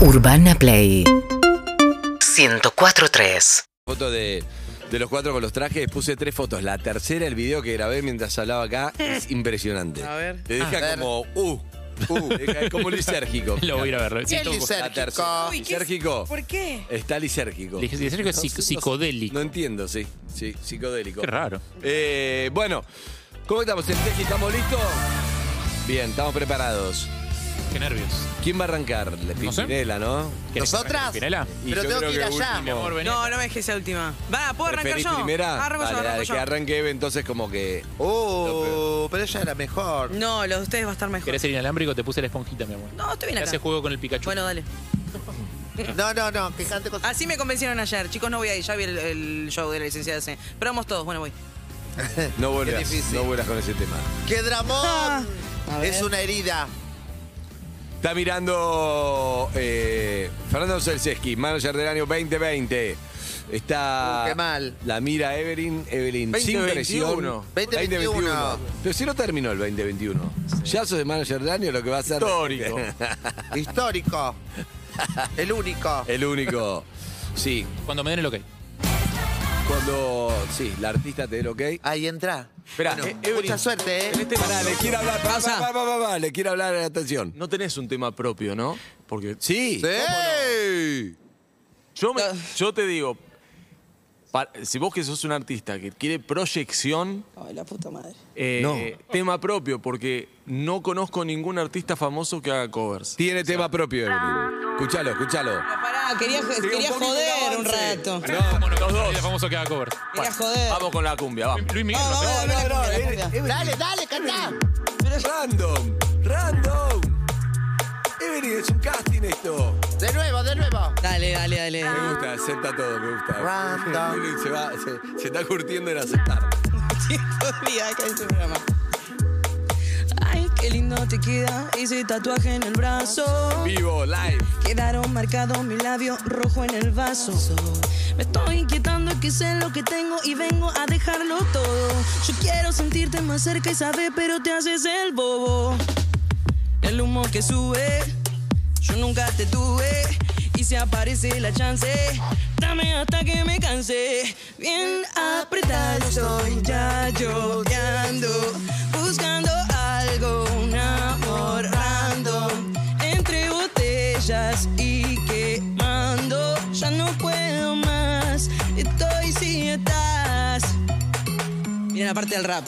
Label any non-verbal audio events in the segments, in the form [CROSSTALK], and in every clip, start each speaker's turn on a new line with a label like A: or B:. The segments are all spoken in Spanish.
A: Urbana Play 104.3
B: Foto de, de los cuatro con los trajes, puse tres fotos. La tercera, el video que grabé mientras hablaba acá,
C: [LAUGHS]
B: es impresionante.
C: A ver.
B: Le
D: A
B: deja
D: ver.
B: como, uh, uh, deja como lisérgico.
E: Lo voy a ir a ver.
D: ¿Qué
E: Listo,
B: La tercera.
C: Uy, ¿qué es?
B: Lisérgico.
C: ¿Por qué?
B: Está lisérgico.
E: Dije, ¿en serio que es psic- psicodélico?
B: No entiendo, sí. Sí, psicodélico.
E: Qué raro.
B: Eh, bueno, ¿cómo estamos? ¿El tequi? ¿Estamos listos? Bien, estamos preparados.
E: Qué nervios.
B: ¿Quién va a arrancar? La
E: No sé.
B: Pimpinela, ¿no?
E: ¿Querés que
D: ¿Nosotras?
E: arranque Pinela?
B: Y
D: Pero
B: yo
D: tengo
B: creo
D: que ir allá.
B: último-
E: Amor, vení.
C: No, no me dejes que sea última. Va, ¿puedo arrancar
B: ¿Preferís
C: yo? Ah,
B: primera?
C: Arranco yo,
B: Dale,
C: arranco
B: dale,
C: yo.
B: que arranque Eve, entonces como que...
D: Oh, pero ella era mejor.
C: No, los de ustedes va a estar mejor.
E: ¿Querés ser inalámbrico? Te puse la esponjita, mi amor.
C: No, estoy bien
E: Te
C: acá.
E: hace juego con el Pikachu.
C: Bueno, dale.
D: No, no, no, que cante con
C: Así me convencieron ayer. Chicos, no voy ahí. Ya vi el, el show de la licenciada C. Pero vamos todos. Bueno, voy.
B: No
D: Eh, Qué
B: vuelvas,
D: difícil.
B: no vuelvas con ese tema.
D: ¡Qué dramón!
C: [LAUGHS] A ver.
D: Es una herida.
B: Está mirando eh, Fernando Celseski, manager del año 2020. Está.
D: Uh, qué mal.
B: La mira Evelyn, Evelyn, sin
F: 2021.
B: presión.
D: 2021.
B: Pero si no terminó el 2021. Ya sos de manager del año, lo que va a ser.
F: Histórico.
D: [LAUGHS] Histórico. El único.
B: [LAUGHS] el único. Sí,
E: Cuando me den el ok.
B: cuando. Sí, la artista te dé el ok.
D: Ahí entra.
B: Esperá,
D: Bueno,
B: eh, Evelyn.
D: mucha suerte,
F: En
D: ¿eh?
F: este
B: Pará, le quiero hablar. pa,
C: Pasa.
B: pa, pa, pa, pa, le quiero hablar atención.
F: No tenés un tema propio, ¿no? Porque
B: Sí.
D: ¡Sí!
F: yo, me- yo te digo, pa- si vos que sos un artista que quiere proyección,
C: Ay, la puta madre.
F: eh,
B: No.
F: tema propio, porque no conozco ningún artista famoso que haga covers.
B: Tiene tema propio, Evelyn. Escuchalo, escuchalo.
C: Ah, Pará, quería, quería
F: un poquito
C: joder
F: de
C: un
F: avance.
C: rato.
F: No,
E: Bueno,
F: los
E: El
F: dos.
E: famoso que haga cover.
C: Quería joder.
F: Vamos con la cumbia, vamos.
E: Luis Miguel.
C: Vamos,
E: ¿no?
C: vamos,
B: No, no,
C: vamos, la
B: Evelyn,
C: cumbia.
B: Evelyn.
D: Dale, dale, cantá.
B: Random, random. Evelyn, es un casting esto.
D: De nuevo, de nuevo.
C: Dale, dale, dale. [LAUGHS]
B: Me gusta, acepta todo, me gusta.
D: Random.
B: Evelyn [LAUGHS] se, va, se, se está curtiendo en aceptar.
C: Todavía acá en este programa. Ay, qué lindo te queda ese tatuaje en el brazo.
B: Vivo, live.
C: Quedaron marcados mi labio rojo en el vaso. Me estoy inquietando que sé lo que tengo y vengo a dejarlo todo. Yo quiero sentirte más cerca y saber, pero te haces el bobo. El humo que sube, yo nunca te tuve. Y si aparece la chance, dame hasta que me canse. Bien apretado estoy ya lloviando, buscando algo, un amor random. Entre botellas y quemando, ya no puedo más. Estoy sin estás. Mira la parte del rap.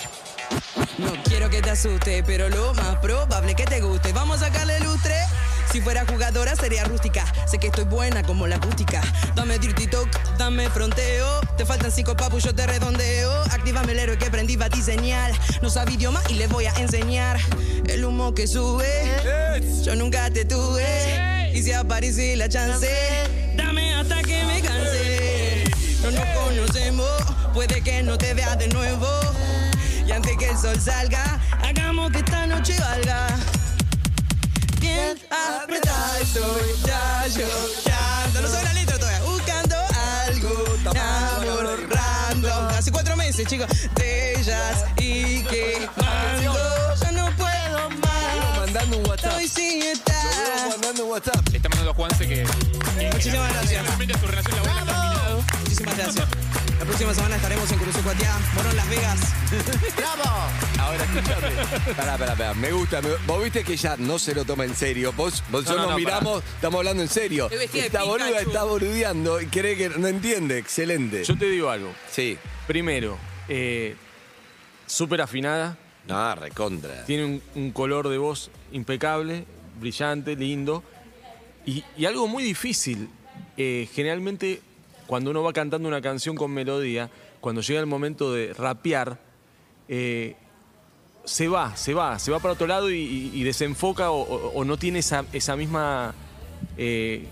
C: No quiero que te asuste, pero lo más probable que te guste. Vamos a sacarle lustre. Si fuera jugadora sería rústica. Sé que estoy buena como la acústica. Dame dirty talk, dame fronteo. Te faltan cinco papus, yo te redondeo. Actívame el héroe que prendí para ti señal. No sabe idioma y le voy a enseñar. El humo que sube. Yo nunca te tuve. Y si aparece la chance, dame hasta que me canse. No nos conocemos, puede que no te vea de nuevo. Y antes que el sol salga, hagamos que esta noche valga. Bien apretada estoy, ya llorando. No soy la letra todavía, buscando algo. Amor random. Hace cuatro meses, chicos. De ellas y que mando. Yo no puedo más.
B: Mandando un WhatsApp.
C: Estoy sin
B: Vivo
C: estar.
B: Mandando un WhatsApp.
E: Le está mandando a Juanse que.
C: Muchísimas gracias.
E: Realmente su relación laboral ha terminado.
C: Muchísimas gracias. La próxima semana estaremos en Cruz Cuatiá, Morón, Las Vegas.
D: ¡Bravo!
B: Ahora escuchame. Pará, pará, pará. Me gusta. me- Vos viste que ella no se lo toma en serio. Vos, vos
F: No,
B: yo
F: no,
B: nos
F: no,
B: miramos, estamos hablando en serio.
C: Estoy vestida de
B: Esta boluda
C: Pikachu.
B: está boludeando y cree que no entiende. Excelente.
F: Yo te digo algo.
B: Sí.
F: Primero, eh, súper afinada,
B: No, recontra.
F: tiene un, un color de voz impecable, brillante, lindo. Y, y algo muy difícil. eh, generalmente, cuando uno va cantando una canción con melodía, cuando llega el momento de rapear, eh, se va, se va, se va para otro lado y, y- y desenfoca o, o- o no tiene esa, esa misma eh,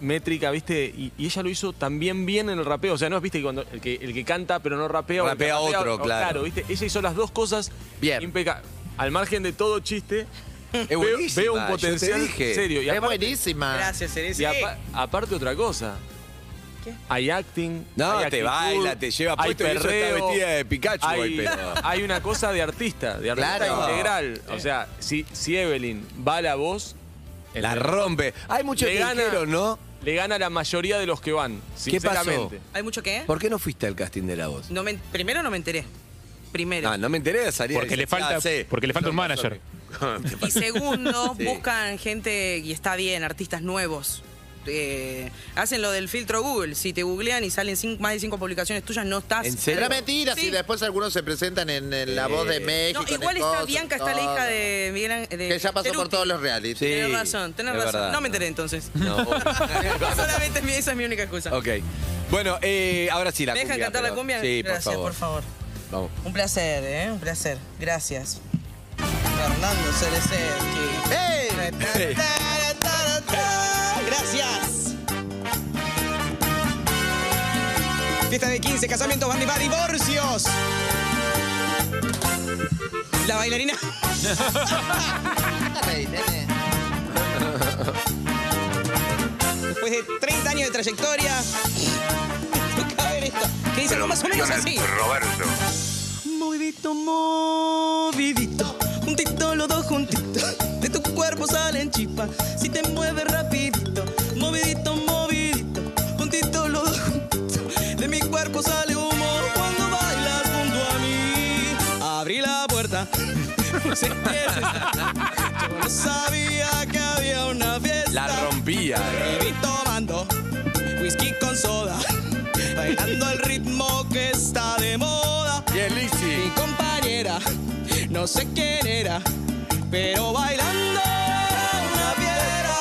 F: métrica, ¿viste? Y, y ella lo hizo también bien en el rapeo. O sea, no es, ¿viste? que Cuando el que, el que canta pero no rapea. o el que
B: Rapea otro,
F: o-
B: claro.
F: ¿viste? Ella hizo las dos cosas
D: Bien.
F: impeca- Al margen de todo chiste,
B: [LAUGHS] Es
F: veo,
B: buenísima,
F: veo un
B: yo te
F: potencial
B: dije.
F: serio. Y
D: Es
F: aparte-
D: buenísima.
C: Ceres.
F: y apa- aparte otra cosa.
C: ¿Qué?
F: Hay acting.
B: No,
F: hay
B: te
F: actitud,
B: baila, te lleva
F: hay
B: puesto y ella está
F: perreo,
B: vestida de Pikachu,
F: Hay,
B: güey, pero-
F: [LAUGHS] hay una cosa de artista, de artista
D: Claro.
F: integral. O sea, si, si Evelyn va a la voz,
B: La rompe. Hay muchos
F: Le gana-
B: tinkeros, ¿no?
F: Le gana a la mayoría de los que van,
B: ¿Qué pasó?
F: sinceramente.
C: ¿Hay mucho qué?
B: ¿Por qué no fuiste al casting de la voz?
C: No me, primero no me enteré. Primero.
B: Ah, no me enteré de salir.
E: Porque le falta- porque le falta un manager.
C: Y segundo,
B: [LAUGHS] Sí.
C: buscan gente, y está bien, artistas nuevos. Eh, hacen lo del filtro Google. Si te googlean y salen cin- más de cinco publicaciones tuyas, no estás.
B: ¿En serio?
D: Era mentira,
C: Sí.
D: si después algunos se presentan en, en La
B: Sí.
D: Voz de México.
C: No,
D: en
C: igual
D: el
C: está
D: coso,
C: Bianca, está la
D: todo.
C: hija de Miguel Ángel- de
D: Que ya pasó por
C: Ceruti.
D: todos los reality.
B: Sí.
C: Tenés razón, tenés
B: es
C: razón.
B: verdad,
C: no me
B: no. [LAUGHS]
C: enteré entonces.
B: No.
F: [LAUGHS]
C: Solamente mi- esa es mi única excusa.
B: ok. Bueno, eh, ahora sí la
C: ¿Me dejan
B: cumbia,
C: cantar la
B: pero-
C: cumbia?
B: Sí,
C: Gracias,
B: por favor. Vamos.
C: Un placer, ¿eh? Un placer. Gracias. Fernando Cereceschi.
D: ¡Ey!
B: Hey.
C: Gracias. Fiesta de 15, casamientos, van y divorcios. La bailarina.
D: Rey, nene.
C: después de 30 años de trayectoria. Toca ver esto. Que dice algo más o menos así. Roberto. Movidito, movidito. Juntito, los dos juntitos. De tu cuerpo salen chispas. Si te mueves rapidito. Movidito, movidito. Juntito, los dos juntitos. De mi cuerpo sale humo cuando bailas junto a mí. Abrí la puerta. [LAUGHS] Se Yo no sabía que había una fiesta.
B: La rompía.
C: Y tomando whisky con soda, [LAUGHS] bailando el ritmo que está de moda.
B: Y el
C: Mi
B: Lizzy.
C: compañera, no sé quién era, pero bailando era una piedra.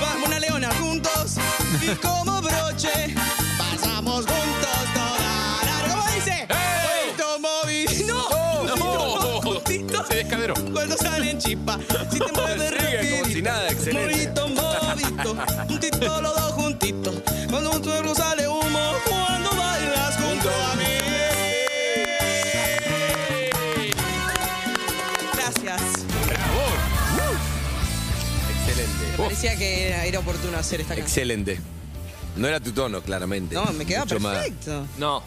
C: Vamos una leona juntos y como broche pasamos juntos toda la ¿Cómo dice?
E: ¡Ey!
C: Movito, movi- ¡No!
E: ¡No!
C: Juntito.
E: Se descaderó.
C: Cuando salen chispas,
B: [LAUGHS]
C: si te mueves
B: Sigue como si
C: rapidito.
B: nada, excelente.
C: Movito, movito, juntito los dos juntitos. Cuando un suelo sale humo, cuando bailas junto a mí. Gracias.
B: Excelente. Uf,
C: Parecía que era, era oportuno hacer esta canción.
B: excelente. No era tu tono, claramente.
C: No, me queda
B: Mucho más.
C: perfecto.
F: No.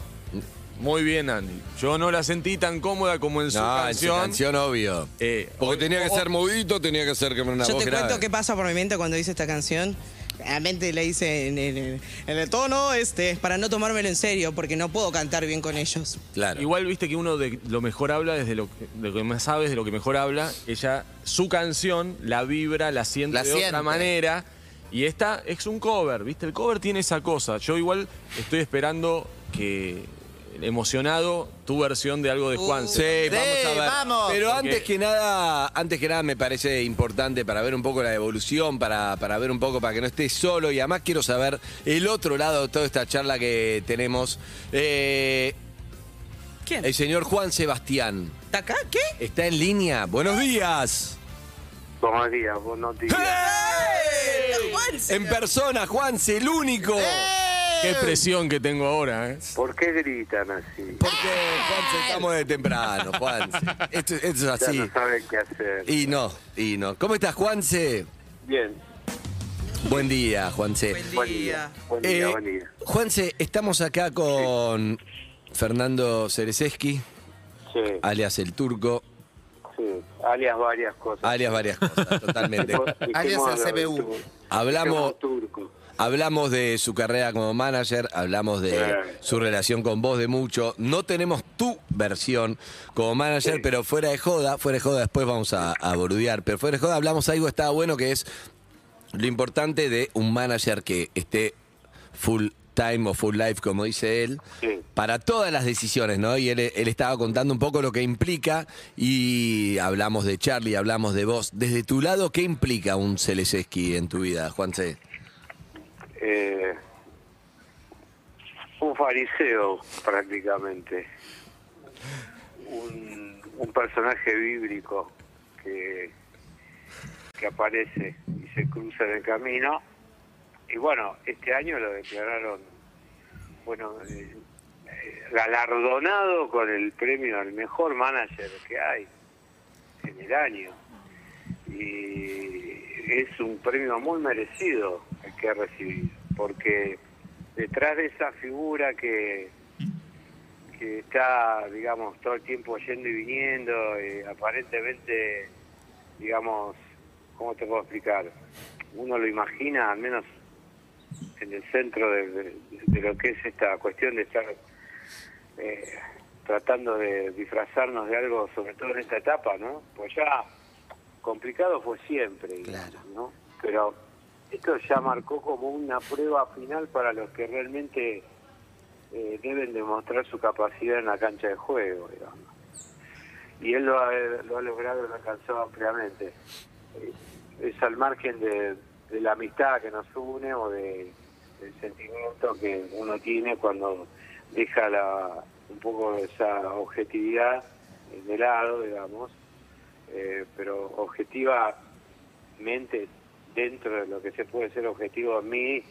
F: Muy bien, Andy. Yo no la sentí tan cómoda como en su
B: No, en su
F: canción.
B: canción, obvio.
F: Eh,
B: Porque
F: o-
B: tenía que
F: o-
B: ser movidito, tenía que ser que una
C: Yo
B: voz
C: te
B: grave.
C: cuento qué pasa por mi mente cuando hice esta canción. Realmente la hice en, en- en- en el tono este, para no tomármelo en serio, porque no puedo cantar bien con ellos.
B: Claro.
F: Igual viste que uno de lo mejor habla desde lo, de lo que más sabe, de lo que mejor habla. Ella, su canción, la vibra, la siente
D: La
F: de
D: siente.
F: otra manera. Y esta es un cover, ¿viste? El cover tiene esa cosa. Yo igual estoy esperando que, emocionado, tu versión de algo de Juan.
B: Sí, vamos a ver.
D: vamos.
B: Pero
F: Porque-
B: antes que nada, antes que nada me parece importante para ver un poco la evolución, para, para ver un poco, para que no estés solo. Y además quiero saber el otro lado de toda esta charla que tenemos. Eh,
C: ¿Quién?
B: el señor Juan Sebastián.
C: ¿Está acá? ¿Qué?
B: ¿Está en línea? ¡Buenos días!
A: Buenos días, buenos días.
C: Juanse.
B: En persona, Juan, el único.
F: Qué presión que tengo ahora, ¿eh?
A: ¿Por qué gritan así?
B: Porque, Juan, estamos de temprano, Juan. Esto, esto es
A: Ya
B: así.
A: no saben qué hacer.
B: Y no, y no. ¿Cómo estás, Juanse?
A: Bien,
B: Buen día, Juanse.
A: buen día. Buen día,
B: Eh,
A: buen día.
B: Juanse, estamos acá con Fernando Cereseski,
A: Sí,
B: alias El Turco,
A: sí. Alias varias cosas.
B: alias varias
A: [LAUGHS]
B: cosas, totalmente.
D: Alias el
A: Dejemos a
D: CBU.
A: los-
B: Hablamos,
A: dejemos turco.
B: hablamos de su carrera como manager, hablamos de
A: Sí.
B: su relación con vos de mucho. No tenemos tu versión como manager,
A: Sí.
B: pero fuera de joda, fuera de joda después vamos a, a boludear, pero fuera de joda hablamos algo que estaba bueno que es lo importante de un manager que esté full time o full life, como dice él,
A: Sí.
B: para todas las decisiones, ¿no? Y él, él estaba contando un poco lo que implica y hablamos de Charlie, hablamos de vos. Desde tu lado, ¿qué implica un Celeseski en tu vida, Juanse?
A: Eh, un fariseo, prácticamente. Un, un personaje bíblico que, que aparece y se cruza en el camino. Y bueno, este año lo declararon, bueno, eh, eh, galardonado con el premio al mejor manager que hay en el año y es un premio muy merecido el que ha recibido, porque detrás de esa figura que, que está, digamos, todo el tiempo yendo y viniendo, eh, aparentemente, digamos, ¿cómo te puedo explicar? uno lo imagina, al menos en el centro de, de- de lo que es esta cuestión de estar eh, tratando de disfrazarnos de algo, sobre todo en esta etapa, ¿no? Pues ya complicado fue siempre, digamos,
D: Claro.
A: ¿no? Pero esto ya marcó como una prueba final para los que realmente eh, deben demostrar su capacidad en la cancha de juego, digamos. Y él lo ha, lo ha logrado, lo ha alcanzado ampliamente. Eh, Es al margen de, de la amistad que nos une o de, del sentimiento que uno tiene cuando deja la, un poco esa objetividad eh, de lado, digamos, eh, pero objetivamente dentro de lo que se puede ser objetivo a mí,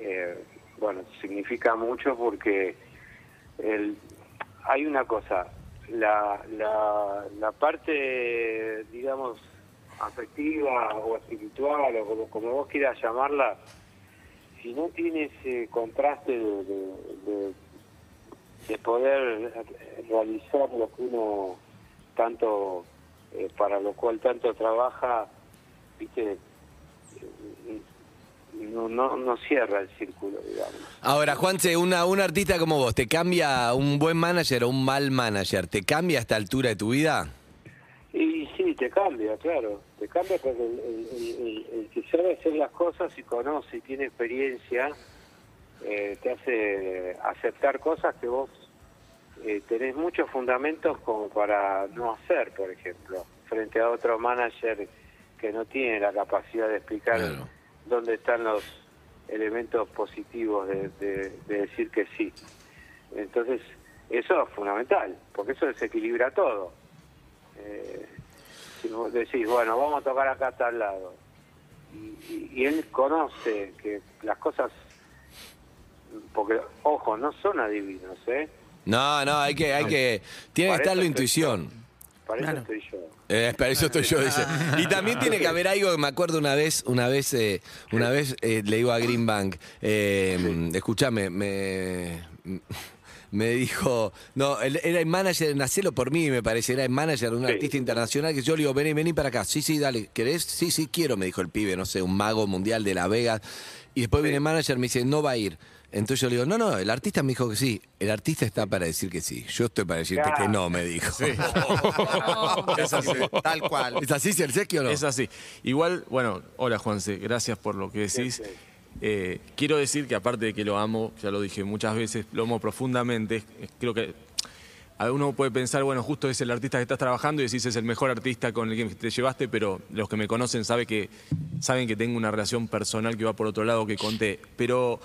A: eh, bueno, significa mucho porque el, hay una cosa, la, la, la parte, digamos, afectiva o espiritual o como, como vos quieras llamarla, si no tiene ese contraste de, de- de- de poder eh, realizar lo que uno tanto, eh, para lo cual tanto trabaja, viste, eh, no, no, no cierra el círculo, digamos.
B: Ahora, Juanse, una, un artista como vos, ¿te cambia un buen manager o un mal manager? ¿Te cambia a esta altura de tu vida?
A: Y sí, te cambia, claro. Te cambia porque el, el- el- el que sabe hacer las cosas y conoce y tiene experiencia, eh, te hace aceptar cosas que vos eh, tenés muchos fundamentos como para no hacer, por ejemplo, frente a otro manager que no tiene la capacidad de explicar
B: Claro.
A: dónde están los elementos positivos de- de- de decir que sí. Entonces, eso es fundamental, porque eso desequilibra todo. Eh, si vos decís, bueno, vamos a tocar acá a tal lado, y, y- y él conoce que las cosas, porque, ojo, no son adivinos, ¿eh?
B: No, no, hay que, hay que, tiene que
A: Para
B: estar la
A: eso
B: intuición.
A: Para
D: Claro.
A: eso estoy yo.
B: Eh, para eso estoy yo, dice. Y también tiene que haber algo que me acuerdo una vez, una vez, eh, una vez eh, le digo a Green Bank, eh, escúchame, me, me dijo, no, él era el manager en Nacelo por mí, me parece, era el manager de un
A: Sí.
B: artista internacional que yo le digo, vení, vení para acá, sí, sí, dale, ¿querés? Sí, sí, quiero, me dijo el pibe, no sé, un mago mundial de Las Vegas. Y después viene el manager, me dice, no va a ir. Entonces yo le digo, no, no, el artista me dijo que sí. El artista está para decir que sí. Yo estoy para decirte que
A: Claro.
B: no, me dijo. [LAUGHS]
D: Es así, Tal cual.
B: ¿Es así, Sergio, o no?
F: Es así. Igual, bueno, hola Juanse, gracias por lo que decís. Eh, quiero decir que aparte de que lo amo, ya lo dije muchas veces, lo amo profundamente, es- es- creo que a uno puede pensar, bueno, justo es el artista que estás trabajando y decís es el mejor artista con el que te llevaste, pero los que me conocen saben que, saben que tengo una relación personal que va por otro lado que conté. Pero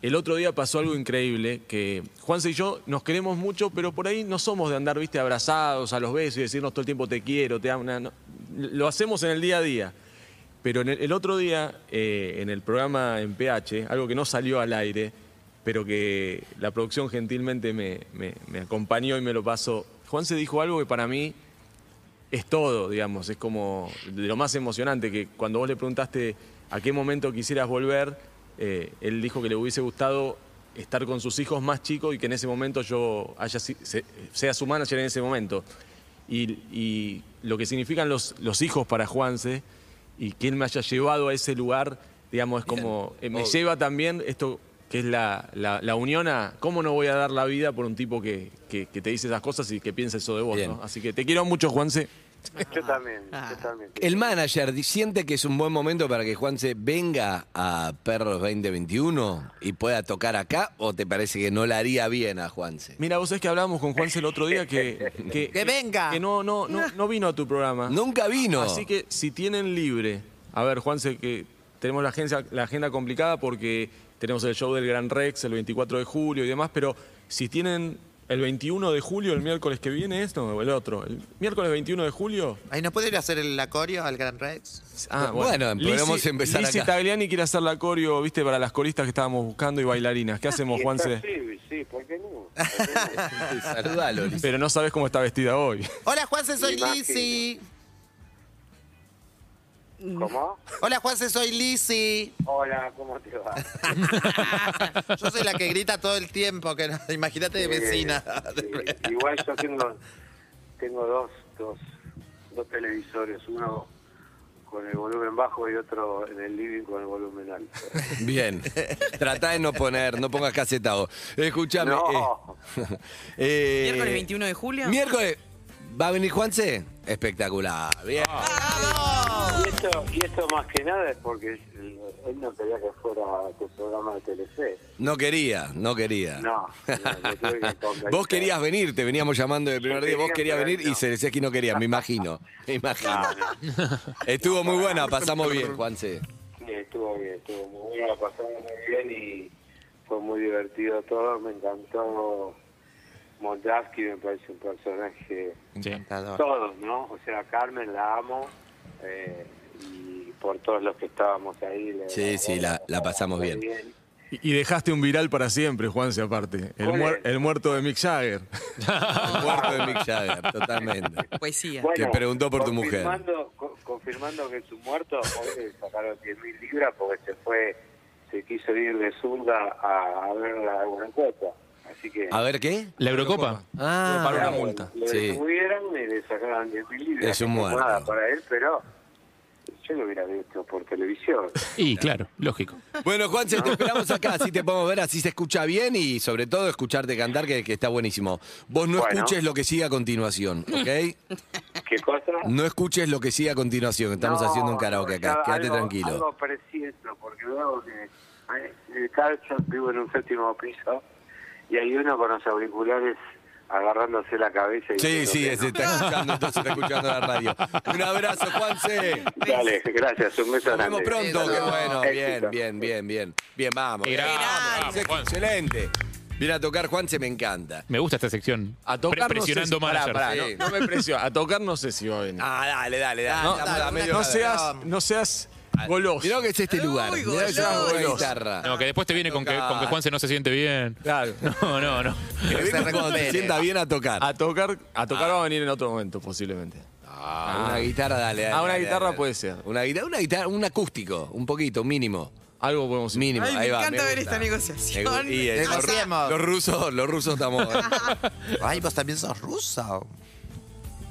F: el otro día pasó algo increíble, que Juanse y yo nos queremos mucho, pero por ahí no somos de andar, viste, abrazados a los besos y decirnos todo el tiempo te quiero, te amo. na- no. Lo hacemos en el día a día. Pero en el, el otro día, eh, en el programa en PH, algo que no salió al aire, pero que la producción gentilmente me, me- me acompañó y me lo pasó, Juanse dijo algo que para mí es todo, digamos, es como de lo más emocionante, que cuando vos le preguntaste a qué momento quisieras volver, eh, él dijo que le hubiese gustado estar con sus hijos más chicos y que en ese momento yo haya, si- se- sea su manager en ese momento. Y, y lo que significan los, los hijos para Juanse y que él me haya llevado a ese lugar, digamos, es como, eh, me lleva también esto que es la, la- la unión a cómo no voy a dar la vida por un tipo que, que- que te dice esas cosas y que piensa eso de vos,
B: Bien.
F: ¿no? Así que te quiero mucho, Juanse.
A: Yo también, yo también.
B: El manager di- siente que es un buen momento para que Juan se venga a Perros 2021 y pueda tocar acá, o te parece que no la haría bien a Juanse?
F: Mira, vos sabés que hablábamos con Juanse el otro día que...
B: [LAUGHS]
F: Que,
D: ¡Que venga!
F: Que no, no, no, no vino a tu programa.
B: Nunca vino.
F: Así que si tienen libre... A ver, Juanse, que tenemos la, agencia, la agenda complicada porque tenemos el show del Gran Rex el 24 de julio y demás, pero si tienen el 21 de julio, el miércoles que viene es, no, el otro, el miércoles 21 de julio...
D: Ay, ¿Nos puede ir a hacer el acorio al Gran Rex?
B: Ah, Bueno, podemos
F: Lizzy-
B: empezar
F: Lizzy
B: acá.
F: Tagliani quiere hacer la coreo, viste, para las coristas que estábamos buscando y bailarinas. ¿Qué hacemos,
A: Y está,
F: Juanse?
B: [LAUGHS]
A: Sí, sí, ¿por qué no?
D: [LAUGHS]
A: ¿Por qué no?
B: Saludalo, Liz.
F: Pero no sabes cómo está vestida hoy.
D: Hola, Juanse, soy
A: Imagino.
D: Lizzy.
A: ¿Cómo?
D: Hola, Juanse, soy Lizzy.
A: Hola, ¿cómo te va?
D: Yo soy la que grita todo el tiempo, que no- imagínate [LAUGHS] de vecina.
A: Eh, eh, igual yo tengo, tengo dos, dos, dos televisores, uno con el volumen bajo y otro en el living con el volumen alto.
B: Bien. Tratá de no poner, no pongas caseta vos. Escuchame.
A: No. [LAUGHS]
B: eh, eh,
G: Miércoles 21 de julio.
B: Miércoles. ¿Va a venir Juanse? Espectacular. Bien.
A: Y esto, y esto más que nada es porque él no quería que fuera tu programa de Telefe.
B: No quería, no quería.
A: No, no, lo
B: [LAUGHS]
A: tuve que convencer.
B: vos querías venir, te veníamos llamando del primer día, vos
A: eh, quería,
B: querías
A: pero
B: venir y
A: no.
B: Celestia no quería, me imagino. Me imagino.
A: No, no.
B: Estuvo muy buena, pasamos bien, Juanse.
A: Sí, estuvo bien, estuvo muy bueno, la pasamos muy bien y fue muy divertido todo. Me encantó Moldavsky, me parece un personaje.
B: Ah.
A: Todos, ¿no? O sea, Carmen la amo eh, y por todos los que estábamos ahí. le-
B: Sí, sí, la- la pasamos
A: muy
B: bien.
F: Y, y dejaste un viral para siempre, Juanse, aparte. El,
A: ¿Cuál
F: muer-
A: es?
F: el muerto de Mick Jagger.
B: El cuarto de Mick Jagger, totalmente.
G: Poesía.
A: Bueno,
B: Te preguntó por tu mujer.
A: confirmando- co- confirmando que su muerto, hoy le sacaron 10.000 libras porque se fue, se quiso ir de Zunda a, a ver la Eurocopa. Así que.
B: A ver qué.
E: La Eurocopa.
B: Ah,
F: Para una multa.
A: Le
B: Sí.
A: detuvieron y le sacaron 10.000 libras.
B: Es un
A: No
B: muerto.
A: Nada para él, pero yo lo hubiera visto por televisión.
B: [LAUGHS]
E: Y claro, lógico.
B: Bueno, Juanse, te esperamos acá, así te podemos ver, así se escucha bien y sobre todo escucharte cantar, que, que está buenísimo. Vos no
A: Bueno.
B: escuches lo que sigue a continuación, ¿ok?
A: ¿Qué cosa?
B: No escuches lo que sigue a continuación, estamos
A: No,
B: haciendo un karaoke acá,
A: algo-
B: quédate
A: algo-
B: tranquilo.
A: Algo preciso, porque veo que hay- eh, el calcio vivo en un séptimo piso y hay uno con los auriculares agarrándose la cabeza. Y
B: Sí,
A: diciendo
B: sí,
A: que
B: se
A: no.
B: está escuchando, entonces está escuchando la radio. Un abrazo, Juanse.
A: Dale, gracias, un beso
B: Nos
A: grande.
B: vemos pronto. Qué bueno, bien,
A: Éxito.
B: bien, bien, bien. Bien, vamos.
E: Era-
B: Vamos,
E: vamos, Juanse.
B: Excelente. Viene a tocar Juanse, me encanta.
E: Me gusta esta sección.
F: A tocar
E: Pre-
F: no sé
E: presionando
F: si- pará,
E: managers.
F: pará,
B: Sí.
F: no, no me presiona. A tocar no sé si va a venir.
B: Ah, dale, dale, dale.
F: no,
B: Estamos a
D: dale,
B: medio-
F: no
D: no.
F: seas, no seas goloso.
B: Mirá lo que es este lugar. Mirá que es
F: goloso.
B: una guitarra.
E: No, que después te viene con que, con que Juanse no se siente bien.
F: Claro.
E: [LAUGHS] No, no, no.
B: Que venga
D: se
B: cuando se
D: recupere.
B: sienta bien a tocar.
F: A tocar, a tocar va a venir en otro momento, posiblemente.
B: Ah, una guitarra, dale, dale.
F: Ah, una
B: dale,
F: guitarra
B: dale.
F: puede ser.
B: Una guitarra, una guitarra, un acústico, un poquito, mínimo.
F: Algo podemos ir.
B: Mínimo,
G: Ay,
B: ahí
G: me
B: va.
G: encanta ver
B: gusta.
G: esta negociación.
B: Me gu- y, eh, los,
D: Negociemos.
B: los rusos, los
G: [LAUGHS]
B: rusos estamos.
D: Ay, vos también sos rusa.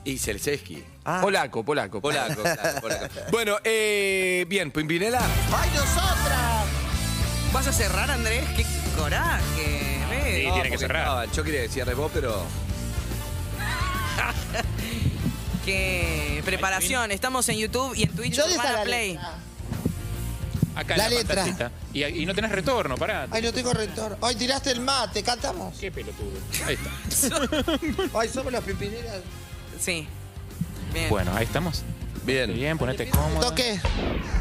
B: y Selseski.
D: Ah.
F: Polaco, polaco.
B: Polaco, claro, polaco. Bueno, eh, bien, Pimpinela.
D: ¡Ay, nosotras!
G: ¿Vas a cerrar, Andrés? ¡Qué coraje! Oh,
E: Sí,
G: Re.
E: tiene que
B: porque
E: cerrar.
B: estaba- yo quería que cierre vos, pero.
G: ¡Qué preparación! Estamos en YouTube y en Twitch
D: ¿Dónde está
G: Urbana
D: la
G: Play.
D: letra?
E: Acá
D: La
E: en la
D: letra.
E: pantallita. Y, y no tenés retorno, pará.
D: Ay, no tengo retorno. Ay, tiraste el mate, cantamos.
E: Qué pelotudo. Ahí está.
D: Ay, somos las pimpineras.
G: Sí. Bien.
E: Bueno, ahí estamos.
B: Bien.
E: Bien, ponete cómodo.
D: Toqué.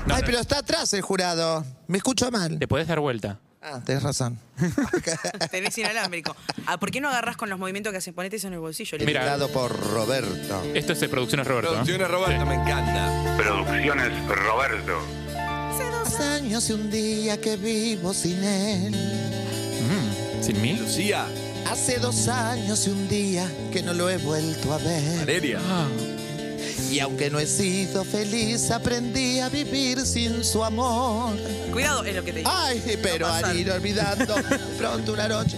E: No,
D: Ay,
E: no.
D: pero está atrás el jurado. Me escucho mal.
E: Te podés dar vuelta.
D: Ah, tenés razón. [LAUGHS]
G: Tenés inalámbrico. Ah, ¿Por qué no agarrás con los movimientos que hacen? Ponete eso en el bolsillo.
E: Mira.
D: Editado por Roberto.
E: Esto es de Producciones Roberto. ¿eh? ¿no?
B: Producciones Roberto, me encanta.
A: Producciones Roberto.
D: Hace años y un día que vivo sin él.
E: Mm, ¿Sin mí?
B: Lucía,
D: Hace dos años y un día que no lo he vuelto a ver.
B: Valeria.
D: Y aunque no he sido feliz, aprendí a vivir sin su amor.
G: Cuidado, es lo que te digo.
D: Ay, pero
G: No pasa
D: al
G: [LAUGHS]
D: ir olvidando, de pronto una noche.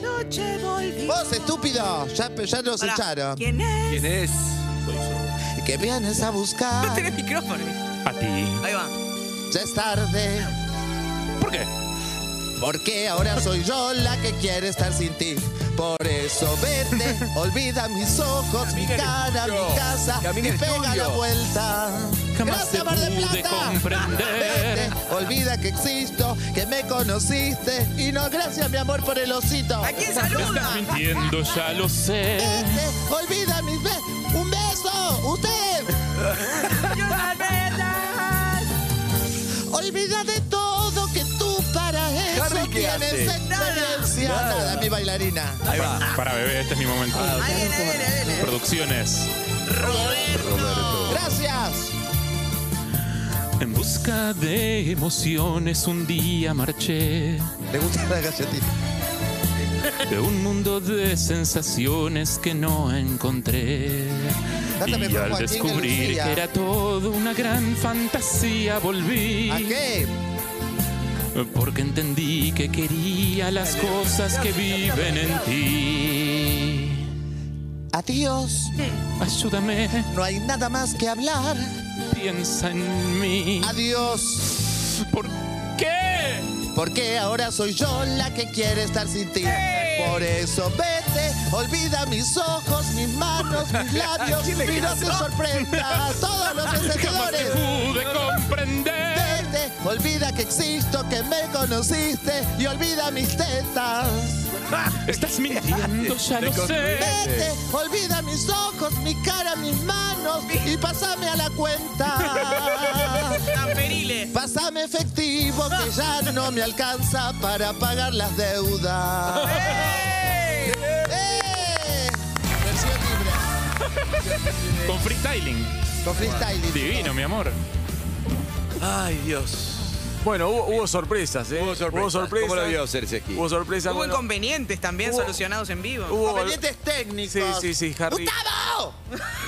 G: Noche volví.
D: Vos, este, estúpido, ya, ya nos
G: Pará,
D: echaron.
G: ¿Quién es?
B: ¿Quién es?
D: Que vienes a
G: No
D: buscar.
G: Ah, tenés micrófono.
E: A ti.
G: Ahí va.
D: Ya es tarde.
E: ¿Por qué?
D: Porque ahora soy yo la que quiere estar sin ti. Por eso
B: [LAUGHS]
D: vete, olvida mis ojos,
B: Camina
D: mi
B: en el
D: cara,
B: estudio.
D: mi casa
B: Camina
D: y
B: en el
D: pega la
B: estudio.
D: vuelta.
E: Jamás te
D: Gracias, Mar del
E: pude
D: Plata.
E: comprender.
D: Vete, olvida que existo, que me conociste y no gracias mi amor por el osito.
G: ¿A quién
E: Me
B: [LAUGHS]
E: estás
G: saluda?
E: mintiendo, ya lo sé.
D: Vete, olvida mis besos. Un beso, usted.
G: Yo la verdad.
D: Olvida de todo que tú para eso
B: Harry, ¿qué
D: tienes
B: hace?
D: experiencia. Nada, mi bailarina.
B: Ahí va.
E: Para bebé, este es mi momento.
G: Ahí viene, ahí viene, ahí viene.
E: Producciones.
D: Gracias.
E: En busca de emociones un día marché
D: ¿Te gusta la galletita?
E: de un mundo de sensaciones que no encontré.
D: Cántame
E: Y
D: con
E: al
D: Joaquín
E: descubrir
D: García.
E: que era todo una gran fantasía volví.
D: ¿A qué?
E: Porque entendí que quería las cosas que viven en ti.
D: Adiós.
E: Ayúdame
D: No hay nada más que hablar.
E: piensa en mí.
D: Adiós.
E: ¿Por qué?
D: Porque ahora soy yo la que quiere estar sin ti. Por eso vete, olvida mis ojos, mis manos, mis [LAUGHS] labios. Y no te sorprenda a todos [LAUGHS] los
E: Jamás te
D: vencedores.
E: pude comprender.
D: Vete, olvida que existo, que me conociste y olvida mis tetas.
E: Estás mintiendo, ya lo sé.
D: Vete, olvida mis ojos, mi cara, mis manos y pásame a la cuenta.
C: [LAUGHS]
G: Tan feriles.
D: Pásame efectivo que ya no me alcanza para pagar las deudas. ¡Eh! Versión libre,
E: Con freestyling.
D: con freestyling.
E: Divino, mi amor.
B: Ay, Dios.
F: Bueno, hubo, hubo sorpresas, ¿eh?
B: Hubo sorpresas. ¿Cómo lo vio, Cersei?
F: Hubo sorpresas.
G: Hubo
F: bueno,
G: inconvenientes también
F: Hubo-
G: solucionados en vivo.
F: hubo-
D: Inconvenientes técnicos.
F: Sí, sí, sí, Harry.
D: ¡Gustavo!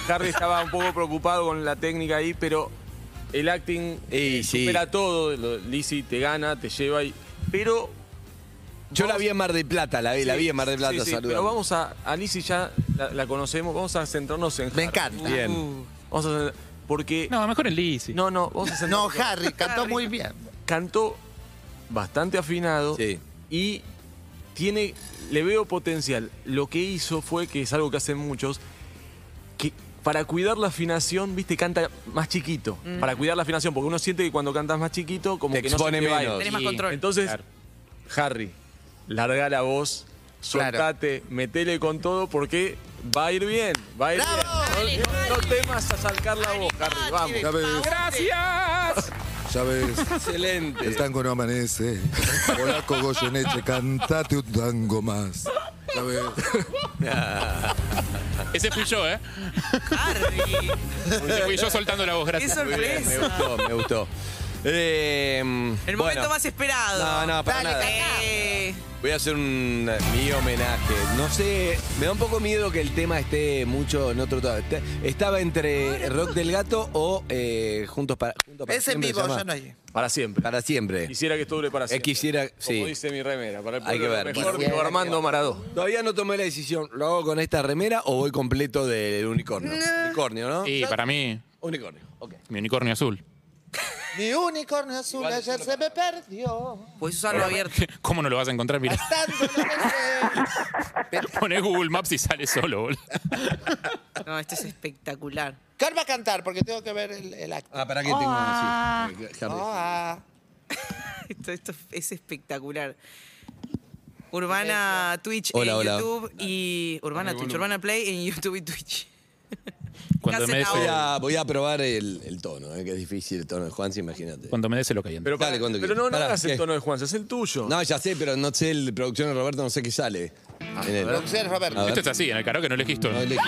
F: Harry estaba un poco preocupado con la técnica ahí, pero el acting
B: Y
F: eh,
B: sí.
F: supera todo. Lo- Lizzy te gana, te lleva y. Pero.
B: Yo la vi en Mar del Plata, la vi, la vi en Mar del Plata,
F: sí, sí,
B: saluda.
F: Pero vamos a. A Lizzy ya la, la conocemos, vamos a centrarnos en.
D: Me
F: Harry.
D: encanta.
B: Bien.
F: Vamos a. Porque.
E: No, mejor el Lizzy.
F: No, no,
B: [LAUGHS]
F: vamos a
D: No,
F: centrarnos.
D: Harry, cantó muy bien.
F: Cantó bastante afinado.
B: Sí.
F: y tiene, le veo potencial. Lo que hizo fue, que es algo que hacen muchos, que para cuidar la afinación, viste, canta más chiquito.
G: Mm.
F: Para cuidar la afinación, porque uno siente que cuando cantas más chiquito, como
B: Te
F: que no se
B: expone
F: te va a ir.
B: menos.
G: Tenés más control.
F: Entonces, Harry, larga la voz,
D: Claro.
F: soltate, metele con todo, porque va a ir bien. Va a ir
D: ¡Bravo!
F: bien. No, no temas a sacar la voz, Harry, vamos. ¡Gracias!
H: Ya ves,
B: Excelente.
H: el tango no amanece. Polaco Goyeneche, cantate un tango más. Ya ves.
B: Ah,
E: Ese fui yo, ¿eh?
B: [LAUGHS]
G: Harry,
E: Ese fui yo soltando la voz,
G: ¡Qué
E: gracias.
B: Muy bien, me
G: sorpresa!
B: gustó, me gustó. Eh,
G: El
B: bueno.
G: momento más esperado.
B: No, no, para nada.
G: Eh,
B: Voy a hacer un mi homenaje. No sé, me da un poco miedo que el tema esté mucho en otro lado. Está- Estaba entre Rock del Gato o eh, Juntos para Juntos para
D: Es en
B: Siempre
D: vivo,
B: se llama.
D: ya no hay.
F: Para siempre.
B: Para siempre.
F: [LAUGHS] Quisiera que esto dure para siempre.
B: quisiera- sí.
F: Como dice mi remera, para el
B: Hay que
F: pueblo
B: ver.
F: mejor
B: Bueno,
F: que Armando Maradó.
B: Todavía no tomé la decisión. ¿Lo hago con esta remera o voy completo del unicornio? Unicornio, ¿no?
E: Y para mí,
B: Unicornio. Ok.
E: mi unicornio azul.
D: Mi unicornio azul ayer se me perdió.
G: Podés usarlo abierto.
E: [LAUGHS] ¿Cómo no lo vas a encontrar? Mira,
D: Gastando lo que sé.
E: poné Google Maps y sale solo, boludo.
G: No, esto es espectacular. [LAUGHS]
D: Carva a cantar porque tengo que ver el, el acto.
B: Ah, ¿para qué tengo Eh, así?
D: No, ah.
G: Esto, esto es espectacular. Urbana Twitch
B: Hola,
G: en
B: hola.
G: YouTube y. Urbana Twitch, Urbana Play en YouTube y Twitch.
E: Cuando me des
B: Voy
E: el,
B: a, voy a probar el, el tono, eh, que es difícil el tono de Juan, imagínate.
E: cuando me des el ok, anda.
F: Pero,
B: Dale,
F: pará,
B: cuando
F: pero
B: quieras.
F: no, no
B: Pará,
F: hagas
B: ¿qué?
F: el tono de Juan, es el tuyo.
B: No, ya sé, pero no sé el producción de Roberto, no sé qué sale. En el-
D: Producción, Roberto.
B: A ver.
E: Esto es así, en el karaoke no elegís todo.
B: No, el-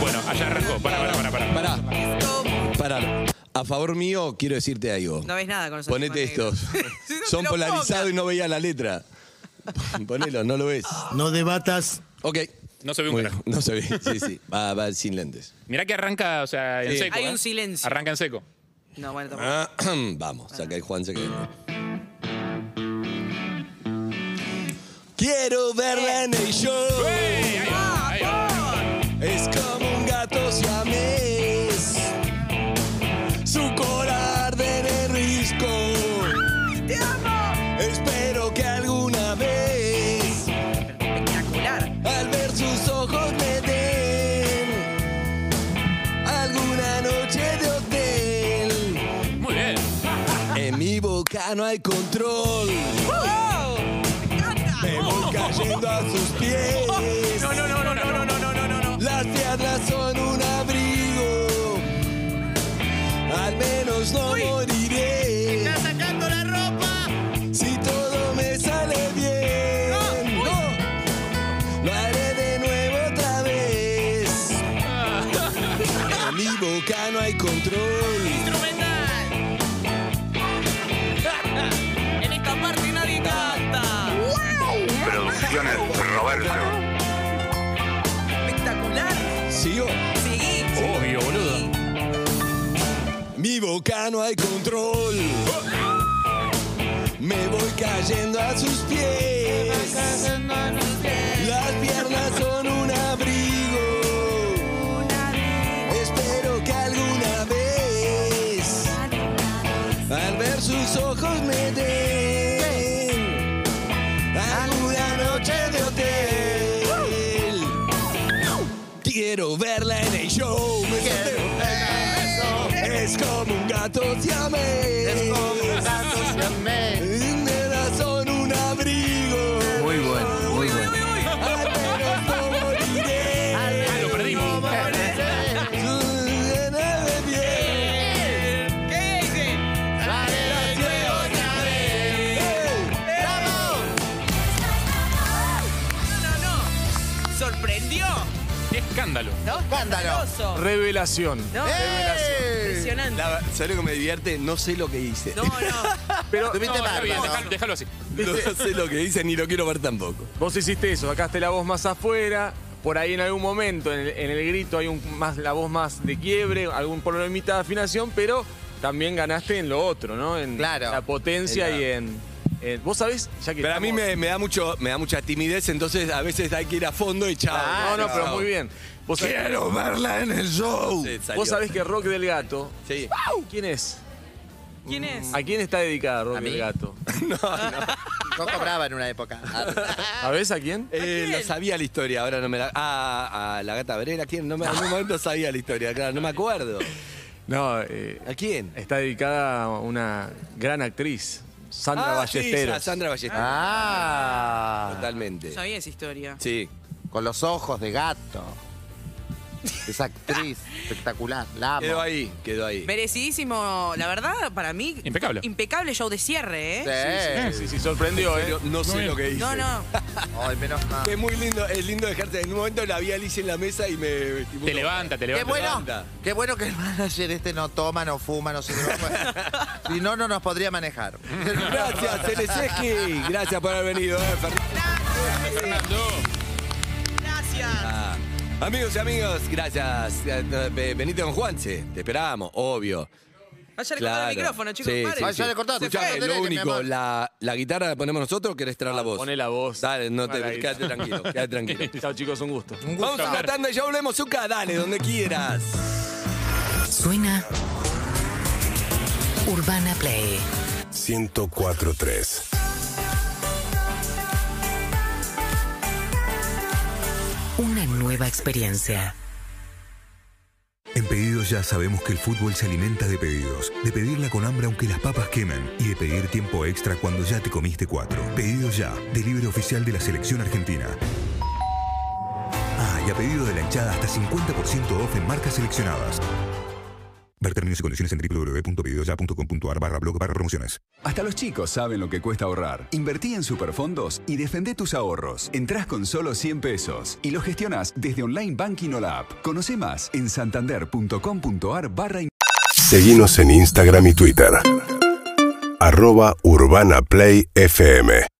E: Bueno, allá arrancó. Pará, pará, pará, pará.
B: Pará, pará. A favor mío, quiero decirte algo.
G: No ves nada con nosotros.
B: Ponete
G: Juan
B: estos.
C: [LAUGHS]
G: Negro. [LAUGHS] Si no te
B: Son
G: lo
B: polarizados
G: pongas.
B: y no veía la letra. [LAUGHS] Ponelo, no lo ves.
I: No debatas.
B: Ok.
E: No se ve un
B: Muy-
E: carajo.
B: no se ve, sí, sí. Va, va sin lentes.
E: Mirá que arranca, o sea, en
B: Sí.
E: seco.
G: Hay
E: ¿eh?
G: un silencio.
E: Arranca en seco.
G: No, bueno, tampoco.
B: Ah, [CLEARS THROAT] Vamos, saca el Juan, saca el Quiero verla en el show.
E: Ahí va, ahí va.
B: Es como un gato siamés. Su cola arde de risco. Espero que alguna vez
G: Espectacular.
B: al ver sus ojos me den alguna noche de hotel.
E: Muy bien.
B: En mi boca no hay control. Me voy cayendo a sus pies.
E: No, no, no, no, no, no, no, no, no, no.
B: Las diablas son un abrigo. Al menos no moriré. Está sacando la ropa. Si todo me sale bien. No, Lo haré de nuevo otra vez.
E: Ah.
B: en mi boca no hay control.
E: [LAUGHS]
G: En esta parte nadie canta.
A: Producciones Roberto.
G: Espectacular.
B: Sigo.
G: Seguí.
E: Obvio, boludo.
B: Mi boca no hay control. Me voy cayendo a sus pies. Las piernas son un abrigo.
C: sus ojos me den alguna noche de hotel. Quiero verla en el show. Me Es como un gato siamés. Es como un gato siamés. Me da son un abrigo.
B: Muy bueno, muy bueno.
C: Al menos no [LAUGHS] moriré.
E: Ah, lo perdimos.
G: No, no. Sorprendió.
E: Escándalo.
G: ¿No?
D: Escándalo.
G: Escandaloso.
F: Revelación.
G: ¿No? Impresionante.
B: La- ¿Sabes lo que me divierte? No sé lo que hice.
G: No, no.
F: Pero
D: Tuviste
F: no,
D: barba,
E: Bien,
D: ¿no?
E: déjalo, déjalo así.
B: [LAUGHS] No sé lo que hice ni lo quiero ver tampoco.
F: Vos hiciste eso, sacaste la voz más afuera, por ahí en algún momento en el, en el grito hay un más la voz más de quiebre, algún problemita de afinación, pero también ganaste en lo otro, ¿no? En
D: Claro.
F: la potencia
B: En la-
F: y en, en- vos sabés, ya que
B: Pero a mí
F: estamos-
B: me, me da mucho, me da mucha timidez, entonces a veces hay que ir a fondo y chao.
F: Ah, No, no, pero muy bien. Vos sabés,
H: Quiero verla en el show.
B: Sí, salió.
F: vos sabés que Rock del Gato,
B: Sí.
F: ¿quién es?
G: [LAUGHS] ¿Quién es?
F: ¿A quién está dedicada Rock
D: ¿A mí?
F: del Gato?
D: Yo cobraba en una época.
F: ¿Sabés a quién?
B: Eh, no sabía la historia, ahora no me la. Ah, a la gata Verera, ¿quién? No me, en algún momento sabía la historia, claro, no me acuerdo.
F: No, eh,
B: ¿A quién?
F: está dedicada a una gran actriz, Sandra
B: Ah, sí,
F: Ballesteros.
B: a Sandra Ballesteros.
D: Ah,
B: Totalmente.
G: Sabía esa historia.
B: Sí.
D: con los ojos de gato. Esa actriz espectacular, la amo.
B: Quedó ahí, quedó ahí.
G: Merecidísimo, la verdad, para mí.
E: Impecable.
G: Impecable show de cierre, ¿eh?
D: Sí.
F: Sí, sí, sorprendió, ¿eh?
B: Pero no sé lo que hice.
G: No,
B: [LAUGHS]
G: no.
D: Ay, menos mal.
B: Es muy lindo, es lindo dejarte. En un momento la vi a Alicia en la mesa y me. tipo,
E: Te
B: no,
E: levanta, te
D: Qué
E: levanta.
D: bueno,
B: levanta.
D: qué bueno que el manager este no toma, no fuma, no se droga. si no, no nos podría manejar.
B: Gracias, Teleseski. Gracias por haber venido, eh, Fernando.
E: Fernando.
G: Gracias.
B: Amigos y amigos, gracias. Eh, Benito con Juanse. Te esperábamos, obvio.
G: Vaya le
B: Claro.
G: el micrófono, chicos.
B: Sí,
F: Ah,
G: paren.
B: sí, sí.
D: Vaya, le cortamos.
G: Se fue.
B: Escuchame,
D: Cortale,
B: lo
D: que me
B: único,
D: ama.
B: la, la guitarra la ponemos nosotros o querés traer la voz.
F: Ah, Poné la voz.
B: Dale, no te,
F: Mala guitarra.
B: quédate
F: [LAUGHS]
B: tranquilo, quédate tranquilo.
F: Chao chicos, un gusto.
B: Vamos a una tanda y ya volvemos, Zuka, dale, donde quieras.
I: Suena Urbana Play
J: 1043.
I: Una nueva experiencia.
J: En pedidos ya sabemos que el fútbol se alimenta de pedidos, de pedirla con hambre aunque las papas quemen y de pedir tiempo extra cuando ya te comiste cuatro. Pedidos ya, delivery oficial de la selección argentina. Ah, y a pedido de la hinchada hasta 50% off en marcas seleccionadas. Ver términos y condiciones en www.pedidoya.com.ar barra blog barra promociones.
K: Hasta los chicos saben lo que cuesta ahorrar. Invertí en superfondos y defendé tus ahorros. Entrás con solo 100 pesos y los gestionás desde online banking o la app. Conoce más en santander.com.ar barra
J: Seguimos en Instagram y Twitter. Arroba Urbana Play FM.